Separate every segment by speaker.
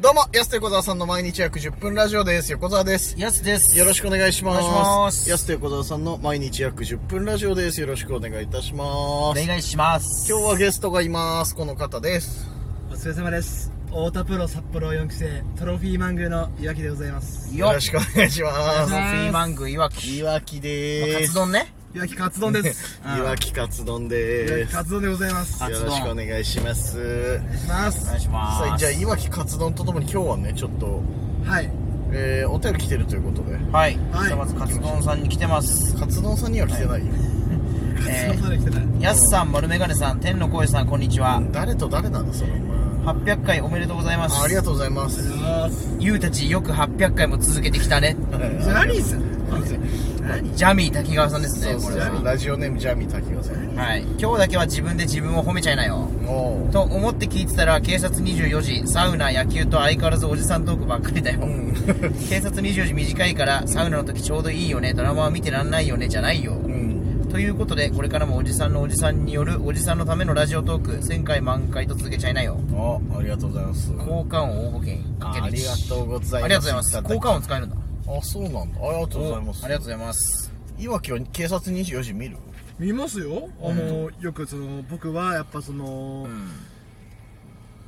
Speaker 1: どうも、安手小沢さんの毎日約10分ラジオです。横澤です。
Speaker 2: やすです。
Speaker 1: よろしくお願いします。
Speaker 2: お願いします
Speaker 1: 安手小沢さんの毎日約10分ラジオです。よろしくお願いいたします。
Speaker 2: お願いします。
Speaker 1: 今日はゲストがいます。この方です。
Speaker 3: お疲れ様です太田プロ札幌4期生トロフィーマングーの岩木でございます
Speaker 2: よ
Speaker 1: よ
Speaker 2: っ
Speaker 1: ろしくお願いしま
Speaker 2: フ
Speaker 1: す。
Speaker 2: ィーマングいわき。
Speaker 1: いわきで
Speaker 2: カ
Speaker 1: ー
Speaker 2: ツ
Speaker 1: す。
Speaker 2: 丼ね。
Speaker 3: 岩木カツ丼です
Speaker 2: うん
Speaker 1: いわきカツ丼
Speaker 3: 岩
Speaker 1: で
Speaker 3: 木
Speaker 1: す。よ
Speaker 3: カツ丼でございます
Speaker 2: カ
Speaker 3: お
Speaker 2: ツ
Speaker 1: ろ
Speaker 2: 丼
Speaker 1: しくお願いします。
Speaker 3: 願いしま
Speaker 2: お
Speaker 3: す
Speaker 2: 願いし
Speaker 1: さ
Speaker 2: ま
Speaker 1: あ、
Speaker 2: す。
Speaker 1: じゃあ、いわきカツ丼とともに今日はね、ちょっと、
Speaker 3: はい
Speaker 1: えー、お便り来てるということで。
Speaker 2: はい。
Speaker 3: はい
Speaker 2: じゃあまずカツ丼さんに来てます。
Speaker 1: カツ丼さんには来てないよ。
Speaker 3: カツ
Speaker 2: え
Speaker 3: 丼まで来てない
Speaker 2: ー、やすさん、丸メガネさん、天の声さん、こんにちは。
Speaker 1: 誰と誰なんだ、それ、お前
Speaker 2: 800回おめでとうございます。
Speaker 1: あありが
Speaker 2: と
Speaker 1: とうございます。
Speaker 2: う。ゆうたちよく800回も続けてきたね。
Speaker 3: ジャニーズ
Speaker 2: ジャミー滝川さんです
Speaker 1: そ
Speaker 2: ね
Speaker 1: う、
Speaker 2: こ
Speaker 1: そう
Speaker 2: れは。
Speaker 1: ラジオネームジャミー滝川さん
Speaker 2: はい。今日だけは自分で自分を褒めちゃいなよ。
Speaker 1: おう
Speaker 2: と思って聞いてたら、警察24時、サウナ、野球と相変わらずおじさんトークばっかりだよ。
Speaker 1: うん
Speaker 2: 警察24時短いからサウナの時ちょうどいいよねドラマは見てらんないよねじゃないよ
Speaker 1: うん
Speaker 2: ということでこれからもおじさんのおじさんによるおじさんのためのラジオトーク1000回満開と続けちゃいなよ
Speaker 1: あありがとうございます
Speaker 2: 交換音応募券かける
Speaker 1: ありがとうございます
Speaker 2: ありがとうございます交換音使えるんだ
Speaker 1: あそうなんだありがとうございます
Speaker 2: おありがとうございます
Speaker 1: いわきは警察24時見る
Speaker 3: 見ますよあのよくその僕はやっぱその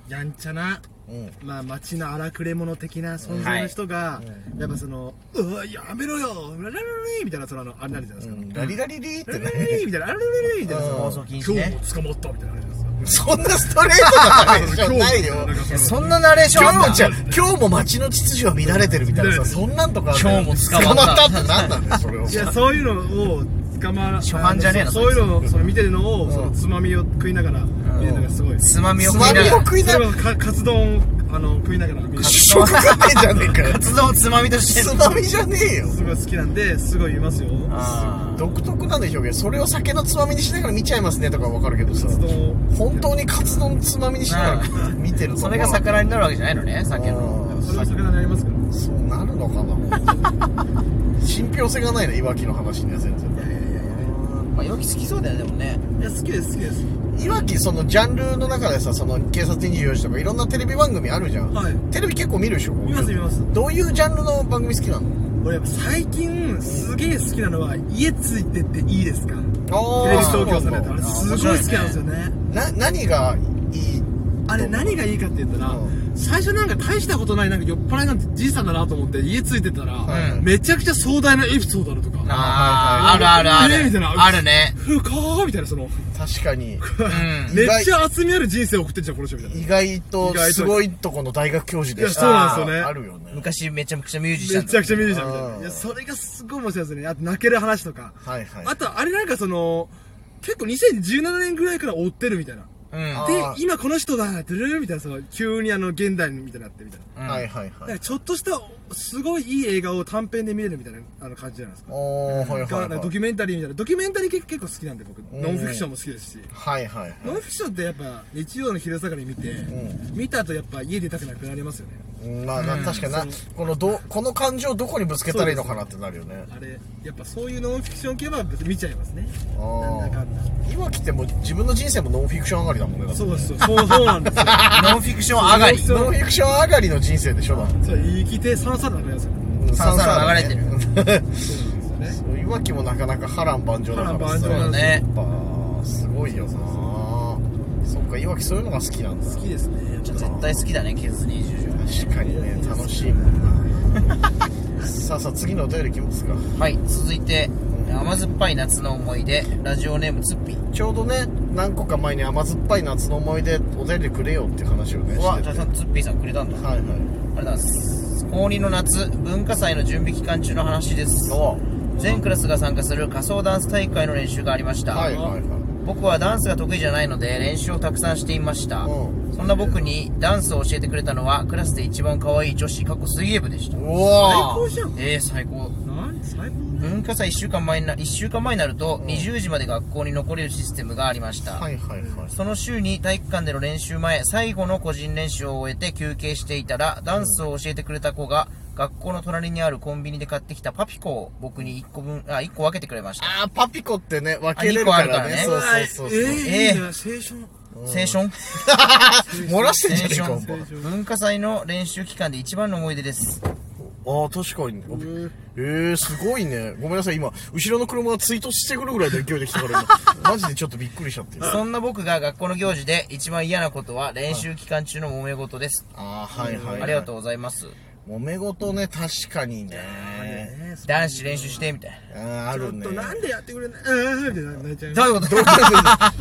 Speaker 3: やんちゃな
Speaker 1: うん
Speaker 3: まあ街の荒くれ者的な存在の人がやっぱその「うわやめろよララララリー」みたいなそのあのあれになるじゃないうですか
Speaker 1: んラリラリリーって
Speaker 3: ララララ
Speaker 1: ね
Speaker 3: リーみたいなララララリーみたいなその
Speaker 2: 放送禁止
Speaker 3: 今日
Speaker 2: ね
Speaker 3: も捕まったみたいなあれじゃないですか
Speaker 1: そんなストレートな話じゃないよ
Speaker 3: 今日もん
Speaker 2: い
Speaker 3: かそ
Speaker 2: や
Speaker 3: の
Speaker 2: そんなナレーション
Speaker 1: 今
Speaker 2: あんだ
Speaker 1: 日もじゃ今日も街の秩序は乱れてるみたいなさ
Speaker 3: ね
Speaker 1: そんなんとかあるよ
Speaker 2: 今日も捕まっ
Speaker 1: 捕ま
Speaker 2: た
Speaker 1: ったってなんなんだよそれを
Speaker 3: いやそういうのを捕まら
Speaker 2: 初犯じゃねえな
Speaker 3: あのそそういうのをその見てるのをそのつまみを食いながら見てるのがすごい
Speaker 2: つまみを
Speaker 1: つ
Speaker 2: 食い
Speaker 1: ま
Speaker 2: なが
Speaker 1: みを
Speaker 2: ら
Speaker 1: 食いなが
Speaker 3: それ
Speaker 1: ら
Speaker 3: はかカツ丼をあの食いながら見るのがす
Speaker 1: 食食ってんじゃねえかよ
Speaker 2: 活動をつまみとして
Speaker 1: つ
Speaker 2: る
Speaker 1: まみじゃねえよ
Speaker 3: ごい好きなんですごいいますよ
Speaker 2: あ
Speaker 1: 独特なんで表現それを酒のつまみにしながら見ちゃいますねとかわかるけどさ
Speaker 3: カツ丼を
Speaker 1: 本当にカツ丼つまみにしながら
Speaker 2: う
Speaker 1: 見てる
Speaker 2: ー
Speaker 1: と
Speaker 2: それが魚になるわけじゃないのね酒の
Speaker 1: うん
Speaker 3: それは魚にありますから
Speaker 1: そうなるのかな 本当に信憑性がないねいわきの話には全然
Speaker 2: まあよき好きそうだよねでもね
Speaker 3: いや好きです好きです
Speaker 1: いわきそのジャンルの中でさその警察24時とかいろんなテレビ番組あるじゃん、
Speaker 3: はい
Speaker 1: テレビ結構見るでしょ
Speaker 3: 見ます見ます
Speaker 1: どういうジャンルの番組好きなの
Speaker 3: 俺やっぱ最近すげえ好きなのは家ついてっていいですかテレビ東京さんのやつあれすごい好きなんですよね
Speaker 1: な何がいい
Speaker 3: あれ何がいいかって言ったら、
Speaker 1: うん
Speaker 3: 最初なんか大したことないなんか酔っ払いなんてじいさんだなと思って家ついてたら、
Speaker 1: はい
Speaker 3: めちゃくちゃ壮大なエピソードあるとか、
Speaker 2: あああるあるあ
Speaker 3: ねみたいな
Speaker 2: るあるね
Speaker 3: ふかーみたいなその、
Speaker 1: 確かに
Speaker 2: うん
Speaker 1: 意
Speaker 3: め
Speaker 1: 外
Speaker 3: っちゃ厚みある人生を送ってんじゃんこの人みたいな
Speaker 1: 意外とすごいとこの大学教授でした
Speaker 3: いやそうなんですよね
Speaker 1: あるよね
Speaker 2: 昔めちゃくちゃミュージシャン
Speaker 3: めちゃくちゃ見るじゃんみたい
Speaker 1: あー
Speaker 3: ないやそれがすごい面白いですねあと泣ける話とか、
Speaker 1: はいはい
Speaker 3: あとあれなんかその結構2017年ぐらいから追ってるみたいな
Speaker 2: うん
Speaker 1: あ
Speaker 3: で
Speaker 1: ー
Speaker 3: 今この人だてるみたいなその急にあの現代みたいになってみたいな
Speaker 2: うん
Speaker 1: はいはいは
Speaker 3: なん
Speaker 1: い
Speaker 3: かちょっとしたすごいいい映画を短編で見れるみたいなあの感じじゃないですか
Speaker 1: おーはい
Speaker 3: が
Speaker 1: はい
Speaker 3: なん
Speaker 1: は
Speaker 3: かドキ
Speaker 1: い
Speaker 3: ュメンタリーみたいなドキュメンタリー結構好きなんで僕
Speaker 1: ん
Speaker 3: ノンフィクションも好きですし
Speaker 1: はいはいはい
Speaker 3: ノンフィクションってやっぱ日曜の昼下がり見て、
Speaker 1: ん
Speaker 3: 見た後やっぱ家出たくなくなりますよね
Speaker 1: まあ、な確かになこのどこの感情をどこにぶつけたらいいのかなってなるよね
Speaker 3: あれやっぱそういうノンフィクション系は別に見ちゃいますね
Speaker 1: あ
Speaker 3: なんだかんだ
Speaker 1: ー今来ても自分の人生もノンフィクション上がりだもんねだって
Speaker 3: そうですよそうそうな んですよ
Speaker 2: ノンフィクション上がり
Speaker 3: そう
Speaker 1: ノンフィクション上がりの人生でしょだって
Speaker 3: そう生きてさんさんなくなりますよね
Speaker 1: うん
Speaker 2: さんさん
Speaker 1: ね
Speaker 2: 流
Speaker 3: そうなんですよね
Speaker 1: いわきもなかなか波乱万丈だからさ
Speaker 3: 波乱万丈なん
Speaker 2: ですよ
Speaker 1: やっぱすごいよなそっかいわきそういうのが好きなんだ
Speaker 3: 好きですね
Speaker 2: ちょっと絶対好きだね警察24
Speaker 1: 確かにね楽しいもんな さあさあ次のお便りいきますか
Speaker 2: 時はい続いて甘酸っぱい夏の思い出ラジオネームツッピー
Speaker 1: ちょうどね何個か前に甘酸っぱい夏の思い出お便りくれよっていう話をね
Speaker 2: う
Speaker 1: し
Speaker 2: わ
Speaker 1: て
Speaker 2: じゃ
Speaker 1: て
Speaker 2: あツッピーさんくれたんだあ
Speaker 1: はいはい
Speaker 2: りがとうございます高2の夏文化祭の準備期間中の話です
Speaker 1: お
Speaker 2: 全クラスが参加する仮想ダンス大会の練習がありました
Speaker 1: はいはいはい
Speaker 2: 僕はダンスが得意じゃないので練習をたくさんしていました、
Speaker 1: うん
Speaker 2: そんな僕にダンスを教えてくれたのはクラスで一番可愛い女子過去水泳部でした
Speaker 1: うわ
Speaker 3: 高じゃん
Speaker 2: えー、最高
Speaker 3: 何最高ね
Speaker 2: 文化祭1週間前にな1週間前になると20時まで学校に残れるシステムがありました、
Speaker 1: はいはいはい
Speaker 2: その週に体育館での練習前最後の個人練習を終えて休憩していたらダンスを教えてくれた子が学校の隣にあるコンビニで買ってきたパピコを僕に1個分あ1個分けてくれました
Speaker 1: あーパピコってね分けれるからね
Speaker 2: あ二
Speaker 1: そ
Speaker 2: 個
Speaker 1: う
Speaker 2: あ
Speaker 1: そうそうそう
Speaker 3: えー、いいね
Speaker 2: えー
Speaker 3: 青春
Speaker 2: 青春
Speaker 1: 漏らしてんじゃねえか
Speaker 2: 青
Speaker 1: お
Speaker 2: 春
Speaker 1: 前
Speaker 2: 文化祭の練習期間で一番の思い出です。
Speaker 1: ああ、確かに。えー、すごいね。ごめんなさい、今、後ろの車が追突してくるぐらいの勢いで来たから、今マジでちょっとびっくりしちゃって。あ
Speaker 2: そんな僕が学校の行事で一番嫌なことは練習期間中の揉め事です。
Speaker 1: あー、はいはい、はい。
Speaker 2: ありがとうございます。
Speaker 1: う。揉め事ね、確かにね。
Speaker 3: ねそう
Speaker 2: 男子練習して、みたい
Speaker 1: あーあ
Speaker 3: ちょ
Speaker 1: る
Speaker 3: っ
Speaker 1: ね
Speaker 3: と。なんでやってくれないうんって泣いちゃいま
Speaker 2: な。
Speaker 3: す
Speaker 2: どういうこ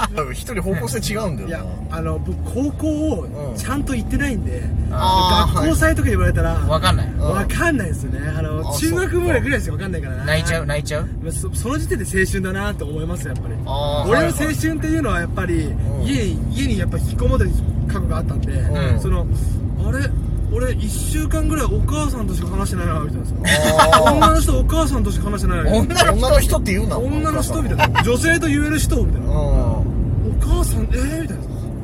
Speaker 2: と
Speaker 1: 多 分一人方向性違うんだよ
Speaker 3: い
Speaker 1: な。
Speaker 3: やあの僕高校
Speaker 1: う
Speaker 3: を
Speaker 1: ん
Speaker 3: ちゃんと行ってないんで、
Speaker 1: あー
Speaker 3: 学校祭とか言われたら、
Speaker 2: わかんない。
Speaker 3: わかんないですよねあの
Speaker 1: あ
Speaker 3: 中学ぐらいぐらいしかわかんないからな
Speaker 2: 泣いちゃう、泣いちゃう
Speaker 3: まあそその時点で青春だなと思いますやっぱり
Speaker 1: あー
Speaker 3: 俺の
Speaker 1: は
Speaker 3: 青
Speaker 1: いはい
Speaker 3: 春っていうのはやっぱり、
Speaker 1: ん
Speaker 3: 家に家にやっぱ引きこもってる過去があったんで、
Speaker 1: うん
Speaker 3: そのあれ俺1週間ぐらいお母さんとしか話してないなみたい
Speaker 1: あ
Speaker 3: な女の人お母さんとしか話してないなみたい
Speaker 2: 女の
Speaker 1: 女の人って言うな。
Speaker 3: な女の人みた
Speaker 1: いな。
Speaker 3: いな女性と言える人みたいな
Speaker 1: う
Speaker 3: お
Speaker 1: ん。
Speaker 3: 母さんえー、みたい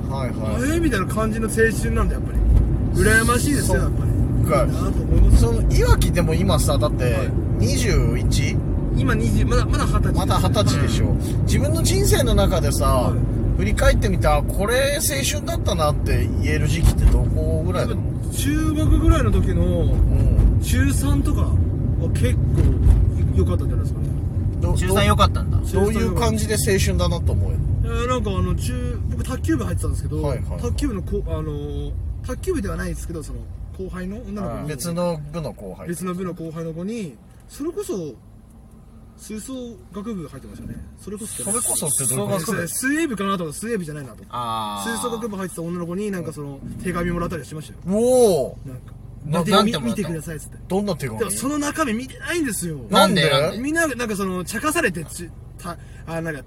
Speaker 3: な
Speaker 1: はい
Speaker 3: え
Speaker 1: は
Speaker 3: ー、みたいな感じの青春なんだやっぱり羨ましいですよやっぱり
Speaker 1: い。
Speaker 3: いいなと思います
Speaker 1: その、いわきでも今さ、だって、21?
Speaker 3: 今20まだまだ二十歳
Speaker 1: まだ二十歳でしょ、自分の人生の中でさ、
Speaker 3: は
Speaker 1: 振り返ってみてあこれ青春だったなって言える時期ってどこぐらいなの、
Speaker 3: 中学ぐらいの時の
Speaker 1: うん、
Speaker 3: 中3とかは結構良かったんじゃないですかね
Speaker 1: ど
Speaker 2: 中3良かったんだ。
Speaker 1: どうどういう感じで青春だなと思うよ
Speaker 3: いやなんかあの中僕卓球部入ってたんですけど、
Speaker 1: はいはい
Speaker 3: 卓球部のこあのー卓球部ではないですけどその後輩の女の子
Speaker 2: う
Speaker 3: に
Speaker 2: ん
Speaker 1: 別の部の後輩
Speaker 3: 別の部の後輩の子にそれこそ吹奏楽部入ってましたねそれこそ
Speaker 1: それこそってどういうこと
Speaker 2: それこ
Speaker 3: 水泳部かなと思ったら水泳部じゃないなと
Speaker 2: あ
Speaker 3: 吹奏楽部入ってた女の子になんかその手紙もらったりはしましたよ
Speaker 1: おお
Speaker 3: な
Speaker 2: な
Speaker 3: んか見て
Speaker 2: なんて
Speaker 3: み
Speaker 2: もらった
Speaker 3: 見てくださいっつって
Speaker 1: どんな手紙
Speaker 3: でもその中身見てないんですよ
Speaker 2: なんでなんで
Speaker 3: みんな、なんかその、茶化されて、ち、た、あ、なんか、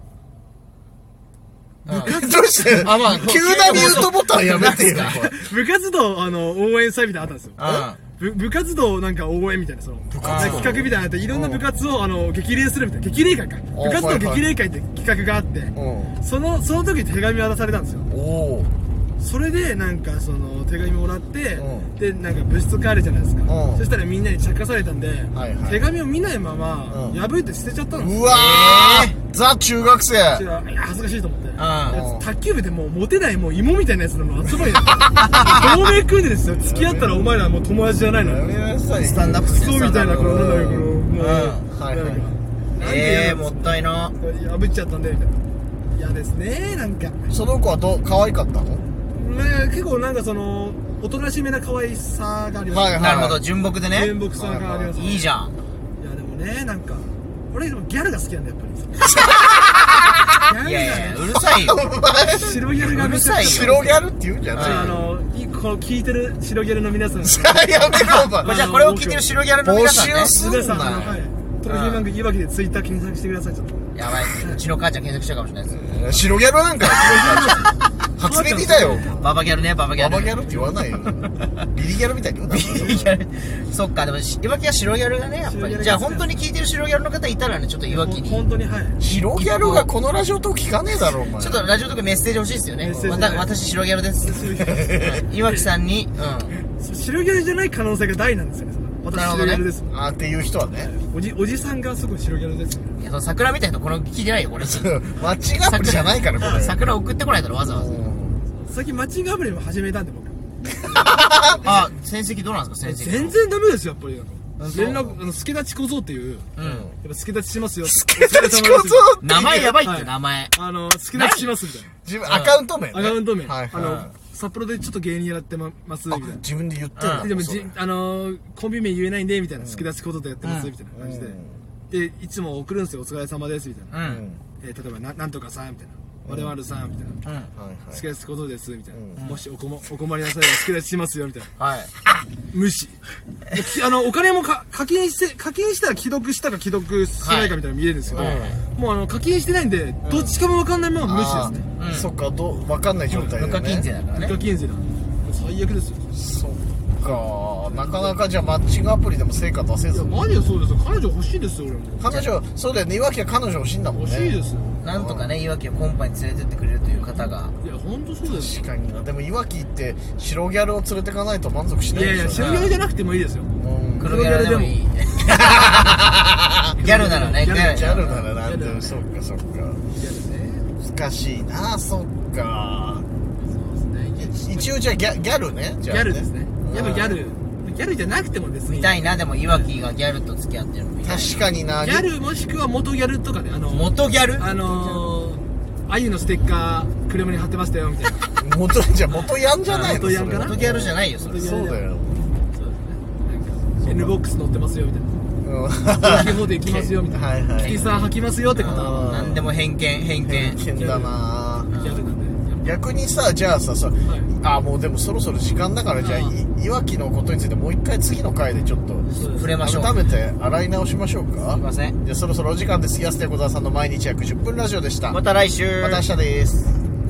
Speaker 2: うん
Speaker 1: どうして
Speaker 2: あまあ
Speaker 1: 急なミュートボタンやめてよ
Speaker 3: 部活動、あの、応援祭みたいなのあったんですよ。
Speaker 2: あ
Speaker 3: ぶ部活動なんか応援みたいな、その、
Speaker 1: 活動
Speaker 3: 企画みたいなのあって、いろんな部活を、あの、激励するみたいな、激励会か。部活動激励会って企画があって、
Speaker 1: うん
Speaker 3: その、その時手紙渡されたんですよ。
Speaker 1: おお
Speaker 3: それで、なんか、その、手紙もらって
Speaker 1: うん、
Speaker 3: で、なんか部室帰るじゃないですか
Speaker 1: うん。
Speaker 3: そしたらみんなに茶化されたんで
Speaker 1: はいは、い
Speaker 3: 手紙を見ないまま、
Speaker 1: うん
Speaker 3: 破いて捨てちゃったんですよ
Speaker 1: うわー、ザ中学生
Speaker 3: そしたらいや恥ずかしいと思って
Speaker 2: ん
Speaker 3: 卓球部でもうモテないもう芋みたいなやつなの集まりだ同盟組んでですよ付き合ったらお前らもう友達じゃないの
Speaker 1: やめなさい
Speaker 2: スタンダップ
Speaker 3: クソみたいなこのなんだよこの
Speaker 2: うん
Speaker 3: もう
Speaker 1: はいはい
Speaker 3: なんか
Speaker 2: ええもったいな
Speaker 3: 破っちゃったんでみたいな嫌ですねなんか
Speaker 1: その子はどう可愛かったの
Speaker 3: まあ結構なんかそのおとなしめな可愛さがあります
Speaker 1: はい
Speaker 2: なるほど純朴でね
Speaker 3: 原木さんがあります
Speaker 2: いいじ
Speaker 3: ゃ
Speaker 2: ゃん
Speaker 3: んいやでもねなんか俺でもギャルが好きなんだやっぱり
Speaker 2: いや
Speaker 3: ギャル
Speaker 2: い
Speaker 3: が
Speaker 2: や
Speaker 3: ね
Speaker 2: うるさいよ
Speaker 3: 白ギャルがめちゃ
Speaker 2: うるさ
Speaker 3: くちゃ
Speaker 2: いよ
Speaker 1: 白ギャルって言うんじゃない、
Speaker 3: あの、いこの聞いてる白ギャルの皆さん、皆
Speaker 1: やめろお前
Speaker 2: ま あじゃあこれを聞いてる白ギャルの皆さんね
Speaker 1: 募集する
Speaker 3: さん、あのはい、トロフィーバンクいわきでツイッター検索してください、ちょっと。
Speaker 2: やばいうちの母ちゃん検索しちゃうかもしれないです
Speaker 1: 白ギャルなんか初耳だよ
Speaker 2: ババギャルねババギャ
Speaker 1: バ
Speaker 2: ル
Speaker 1: バギャルって言わないよビリギャルみたいに言うな
Speaker 2: ギャルそっかでもしいわきは白ギャルがねやっぱ
Speaker 3: 白ギャル
Speaker 2: り
Speaker 3: が
Speaker 2: じゃあ本当に聞いてる白ギャルの方いたらねちょっといわきに
Speaker 3: 本当に、はい。
Speaker 1: 白ギャルがこのラジオと聞かねえだろお前
Speaker 2: ちょっとラジオとかメッセージ欲しいですよね
Speaker 3: メッセージ
Speaker 2: また私白ギャルですはいいわきさんにうん
Speaker 3: そう白ギャルじゃない可能性が大なんですよね、それ私、
Speaker 2: なるほど
Speaker 3: 白
Speaker 2: ね
Speaker 3: ギャルです。
Speaker 1: あーっていう人はね
Speaker 3: おじ、おじさんがすごい白ギャルです。
Speaker 2: いやその桜みたいなとこの聞いてないよこれ
Speaker 1: マッチングアプリじゃないからこれ
Speaker 2: 桜送ってこないだろわざわざ
Speaker 3: 最近マッチングアプリも始めたんで、僕。
Speaker 2: あ成績どうなんですか成績
Speaker 3: 全然ダメですよ、やっぱり。なんか
Speaker 2: そう
Speaker 3: 連絡、あの、助立ち小僧っていう、
Speaker 2: うん
Speaker 3: やっぱ助立ちしますよ。
Speaker 1: ケタチコゾウ
Speaker 2: 名前やばいっ
Speaker 3: は
Speaker 2: て
Speaker 3: い
Speaker 2: 名前
Speaker 3: あの、助立ちしますみたいな。
Speaker 1: 自分アカウント名ね
Speaker 3: アカウント名。
Speaker 1: はいはい
Speaker 3: あの、札幌でちょっと芸人やってまます、み
Speaker 1: あ
Speaker 3: たいな。
Speaker 1: 自分で言ってんだ
Speaker 2: う
Speaker 3: でも
Speaker 1: それ
Speaker 3: じ、あのーコンビ名言えないんでみたいな、好き出すことでやってますみたいな感じで、でいつも送るんですよ、お疲れ様ですみたいな、
Speaker 2: う
Speaker 1: うん
Speaker 2: ん
Speaker 3: えー例えばな、なんとかさんみたいな、我々さんみたいな、
Speaker 2: うん
Speaker 1: はいはい
Speaker 3: 好き出すことですみたいな、
Speaker 1: うん
Speaker 3: もしおこもお困りなさいば好き出ししますよみたいな、
Speaker 2: はい
Speaker 3: 無視、 きあのお金もか課金して課金したら既読したか既読しないかみたいなの見れるんですけど、
Speaker 1: はい
Speaker 3: もうあの課金してないんで、どっちかも分かんないまま無視ですね、
Speaker 1: あー
Speaker 2: うん
Speaker 1: そっかどうわかんない状態だよ
Speaker 2: 無
Speaker 1: ね
Speaker 2: 課金税だから
Speaker 3: 無
Speaker 2: ね
Speaker 3: 課金税だ、最悪ですよ、
Speaker 1: そっかなかなかじゃあマッチングアプリでも成果出せ
Speaker 3: いや、
Speaker 1: ず
Speaker 3: マジでそうですよ、彼女欲しいですよ、俺も、
Speaker 1: 彼女そうだよねいわきは彼女欲しいんだもんね
Speaker 3: 欲しいですよ。
Speaker 2: なんとかねいわきをコンパに連れてってくれるという方が
Speaker 3: いや、本当そうだよ。
Speaker 1: 確かになでもいわきって白ギャルを連れてかないと満足し
Speaker 3: い
Speaker 1: ない
Speaker 3: や
Speaker 1: で
Speaker 3: いや、
Speaker 1: しょ
Speaker 3: 白ギャルじゃなくてもいいですよ。
Speaker 1: うん
Speaker 2: 黒ギャルでもいいギャルならね
Speaker 3: ギャル
Speaker 1: ギャル
Speaker 2: ら
Speaker 1: ならなんで
Speaker 3: ギャル
Speaker 1: も
Speaker 3: だ
Speaker 1: そっかそっか
Speaker 3: ギャルね。
Speaker 1: 難しいなそっか一応じゃあギャギャルねじ
Speaker 3: ギ
Speaker 1: ゃあ
Speaker 3: ャルですねやっぱギャ
Speaker 1: うん
Speaker 3: ルギャルじゃなくても別に
Speaker 2: 見たいなでもいわきがギャルと付き合ってるの見たい
Speaker 1: 確かにな
Speaker 3: ギャルもしくは元ギャルとかねあの
Speaker 2: 元ギャル
Speaker 3: あのー、あゆのステッカー車に貼ってましたよみたいな
Speaker 1: 元じゃあ元ヤンじゃないの
Speaker 3: 元ヤンかな
Speaker 1: そ
Speaker 2: 元ギャルじゃないよそれ
Speaker 1: れそうだ よ
Speaker 3: そうですね N ボックス乗ってますよみたい
Speaker 1: うん
Speaker 3: な大きい方で行きますよみたいな
Speaker 1: はいはい
Speaker 3: キリさん履きますよって方は
Speaker 1: あー
Speaker 2: 何でも偏見偏見
Speaker 1: 危険だな
Speaker 3: ギャルなんで
Speaker 1: 逆にさじゃあささ、
Speaker 3: はい
Speaker 1: あもうでもそろそろ時間だからじゃあいいわきのことについてもう一回次の回でちょっと
Speaker 3: そうです
Speaker 2: 触れましょう
Speaker 1: 改めて洗い直しましょうか
Speaker 2: すいません
Speaker 1: じゃあそろそろお時間です安手小沢さんの毎日約10分ラジオでした
Speaker 2: ま
Speaker 1: ま
Speaker 2: た来週
Speaker 1: た明日です